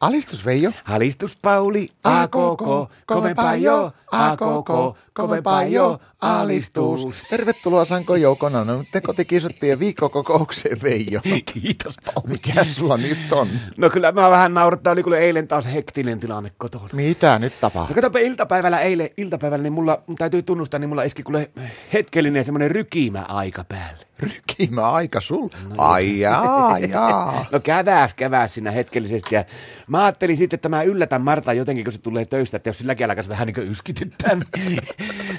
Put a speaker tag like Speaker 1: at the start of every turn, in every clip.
Speaker 1: Alistus Veijo.
Speaker 2: Alistus Pauli, a koko, kovempaa jo, a koko, kovempaa jo, alistus.
Speaker 1: Tervetuloa Sanko Joukona, no te kotikisottien viikkokokoukseen Veijo.
Speaker 2: Kiitos Pauli.
Speaker 1: Mikä sulla nyt on?
Speaker 2: No kyllä mä vähän naurattaa, oli kyllä eilen taas hektinen tilanne kotona.
Speaker 1: Mitä nyt
Speaker 2: No
Speaker 1: tapahtuu?
Speaker 2: katsopa iltapäivällä eilen, iltapäivällä, niin mulla, mun täytyy tunnustaa, niin mulla iski kuule hetkellinen semmoinen rykimä aika päälle.
Speaker 1: Rykimä aika sul. Ai jaa, jaa.
Speaker 2: No käväs, käväs siinä hetkellisesti. Ja mä ajattelin sitten, että mä yllätän Martaa jotenkin, kun se tulee töistä, että jos silläkin alkaisi vähän niin kuin yskityttää, niin,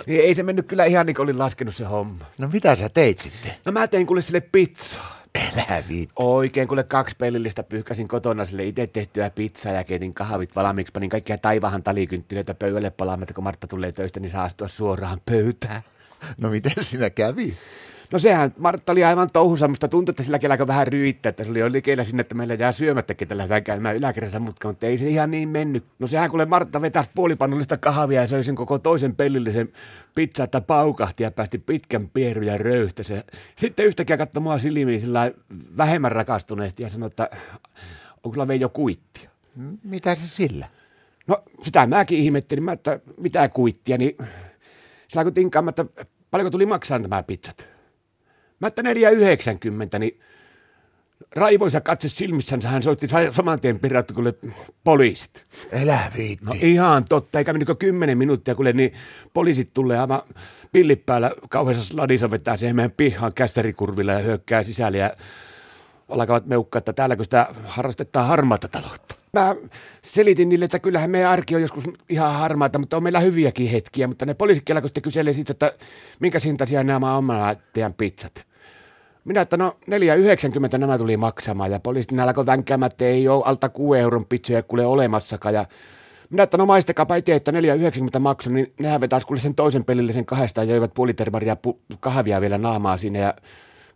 Speaker 2: niin ei se mennyt kyllä ihan niin kuin olin laskenut se homma.
Speaker 1: No mitä sä teit sitten?
Speaker 2: No mä tein kuule sille pizzaa.
Speaker 1: Elä viit.
Speaker 2: Oikein, kuule kaksi pelillistä pyyhkäsin kotona sille itse tehtyä pizzaa ja keitin kahvit valmiiksi. Panin kaikkia taivahan talikynttilöitä pöydälle palaamaan, että kun Martta tulee töistä, niin saa astua suoraan pöytään.
Speaker 1: No miten sinä kävi?
Speaker 2: No sehän, Martta oli aivan touhussa, mutta tuntui, että silläkin alkoi vähän ryyttää, että se oli jo likeillä sinne, että meillä jää syömättäkin tällä lähdetään käymään yläkerrassa mutkaan, mutta ei se ihan niin mennyt. No sehän, kuule Martta vetäisi puolipannullista kahvia ja söi sen koko toisen pellillisen pizza, että paukahti ja päästi pitkän pierun ja röyhtäsen. Sitten yhtäkkiä katsoi mua silmiin sillä vähemmän rakastuneesti ja sanoi, että onko sulla Veijo kuittia?
Speaker 1: M- Mitä se sillä?
Speaker 2: No sitä mäkin ihmettelin, mä, että mitä kuittia, niin sillä kun tinkkaamme, että paljonko tuli maksaa nämä pizzat. Mä että 4,90, niin raivoisa katse silmissänsä hän soitti sa- saman tien pirattu kuule poliisit.
Speaker 1: Elä viitti.
Speaker 2: No ihan totta, eikä mennyt kuin 10 minuuttia kuule, niin poliisit tulee aivan pillit päällä kauheassa sladissa vetää siihen meidän pihaan kässärikurvilla ja hyökkää sisälle ja alkavat meukkaa, että täälläkö sitä harrastetaan harmaata taloutta. Mä selitin niille, että kyllähän meidän arki on joskus ihan harmaata, mutta on meillä hyviäkin hetkiä. Mutta ne poliisikki alkoi sitten kyselee siitä, että minkä hintaisia nämä omalla teidän pizzat. Minä, että no 4,90 nämä tuli maksamaan ja poliisit ne alkoi vänkäämään, että ei ole alta 6 euron pizzoja kuule olemassakaan. Ja minä, että no maistakaapa itse, että 4,90 maksoi, niin nehän vetäisi kuule sen toisen pelille sen kahdestaan ja joivat puolitermaria pu- kahvia vielä naamaa sinne ja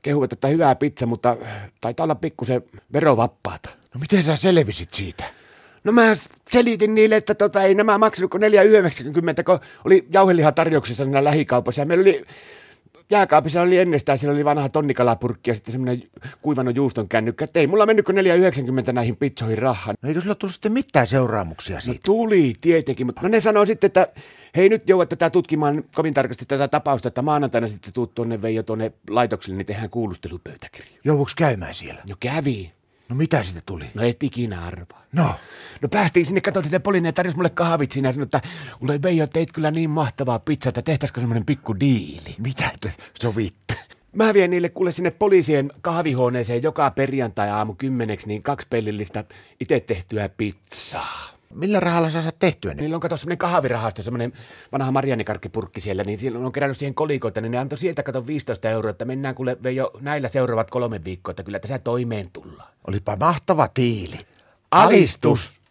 Speaker 2: kehuvat, että hyvää pizza, mutta taitaa olla pikkusen verovappaata.
Speaker 1: No miten sä selvisit siitä?
Speaker 2: No mä s- selitin niille, että tota, ei nämä maksanut kuin 4,90, kun oli jauheliha tarjouksessa siinä lähikaupassa. Ja meillä oli jääkaapissa oli ennestään, siellä oli vanha tonnikalapurkki ja sitten semmoinen kuivanut juuston kännykkä. Että ei mulla mennyt kuin 4,90 näihin pizzoihin rahaa.
Speaker 1: No eikö sulla tullut sitten mitään seuraamuksia
Speaker 2: No
Speaker 1: siitä?
Speaker 2: tuli tietenkin, mutta no ne sanoo sitten, että hei nyt joudat tätä tutkimaan kovin tarkasti tätä tapausta, että maanantaina sitten tuut tuonne Veijo tuonne laitokselle, niin tehdään kuulustelupöytäkirja.
Speaker 1: Jouduks käymään siellä?
Speaker 2: No kävi.
Speaker 1: No mitä siitä tuli?
Speaker 2: No et ikinä arvaa.
Speaker 1: No,
Speaker 2: No päästiin sinne, katsoin sitä polinen ja tarjosi mulle kahvit siinä ja sanoi, että kuule Veijo, teit kyllä niin mahtavaa pizzaa, että tehtäisikö semmoinen pikku diili.
Speaker 1: mitä te sovitte?
Speaker 2: Mä vien niille kuule sinne poliisien kahvihuoneeseen joka perjantai aamu kymmeneksi niin kaksi pellillistä itse tehtyä pizzaa.
Speaker 1: Millä rahalla sä saat tehtyä ne?
Speaker 2: Niillä on kato semmoinen kahvirahasto, semmoinen vanha marjanikarkkipurkki siellä, niin silloin on kerännyt siihen kolikoita, niin ne antoi sieltä kato 15 euroa, että mennään kuule jo näillä seuraavat kolme viikkoa, että kyllä tässä toimeen tullaan.
Speaker 1: Olipa mahtava tiili.
Speaker 2: Alistus!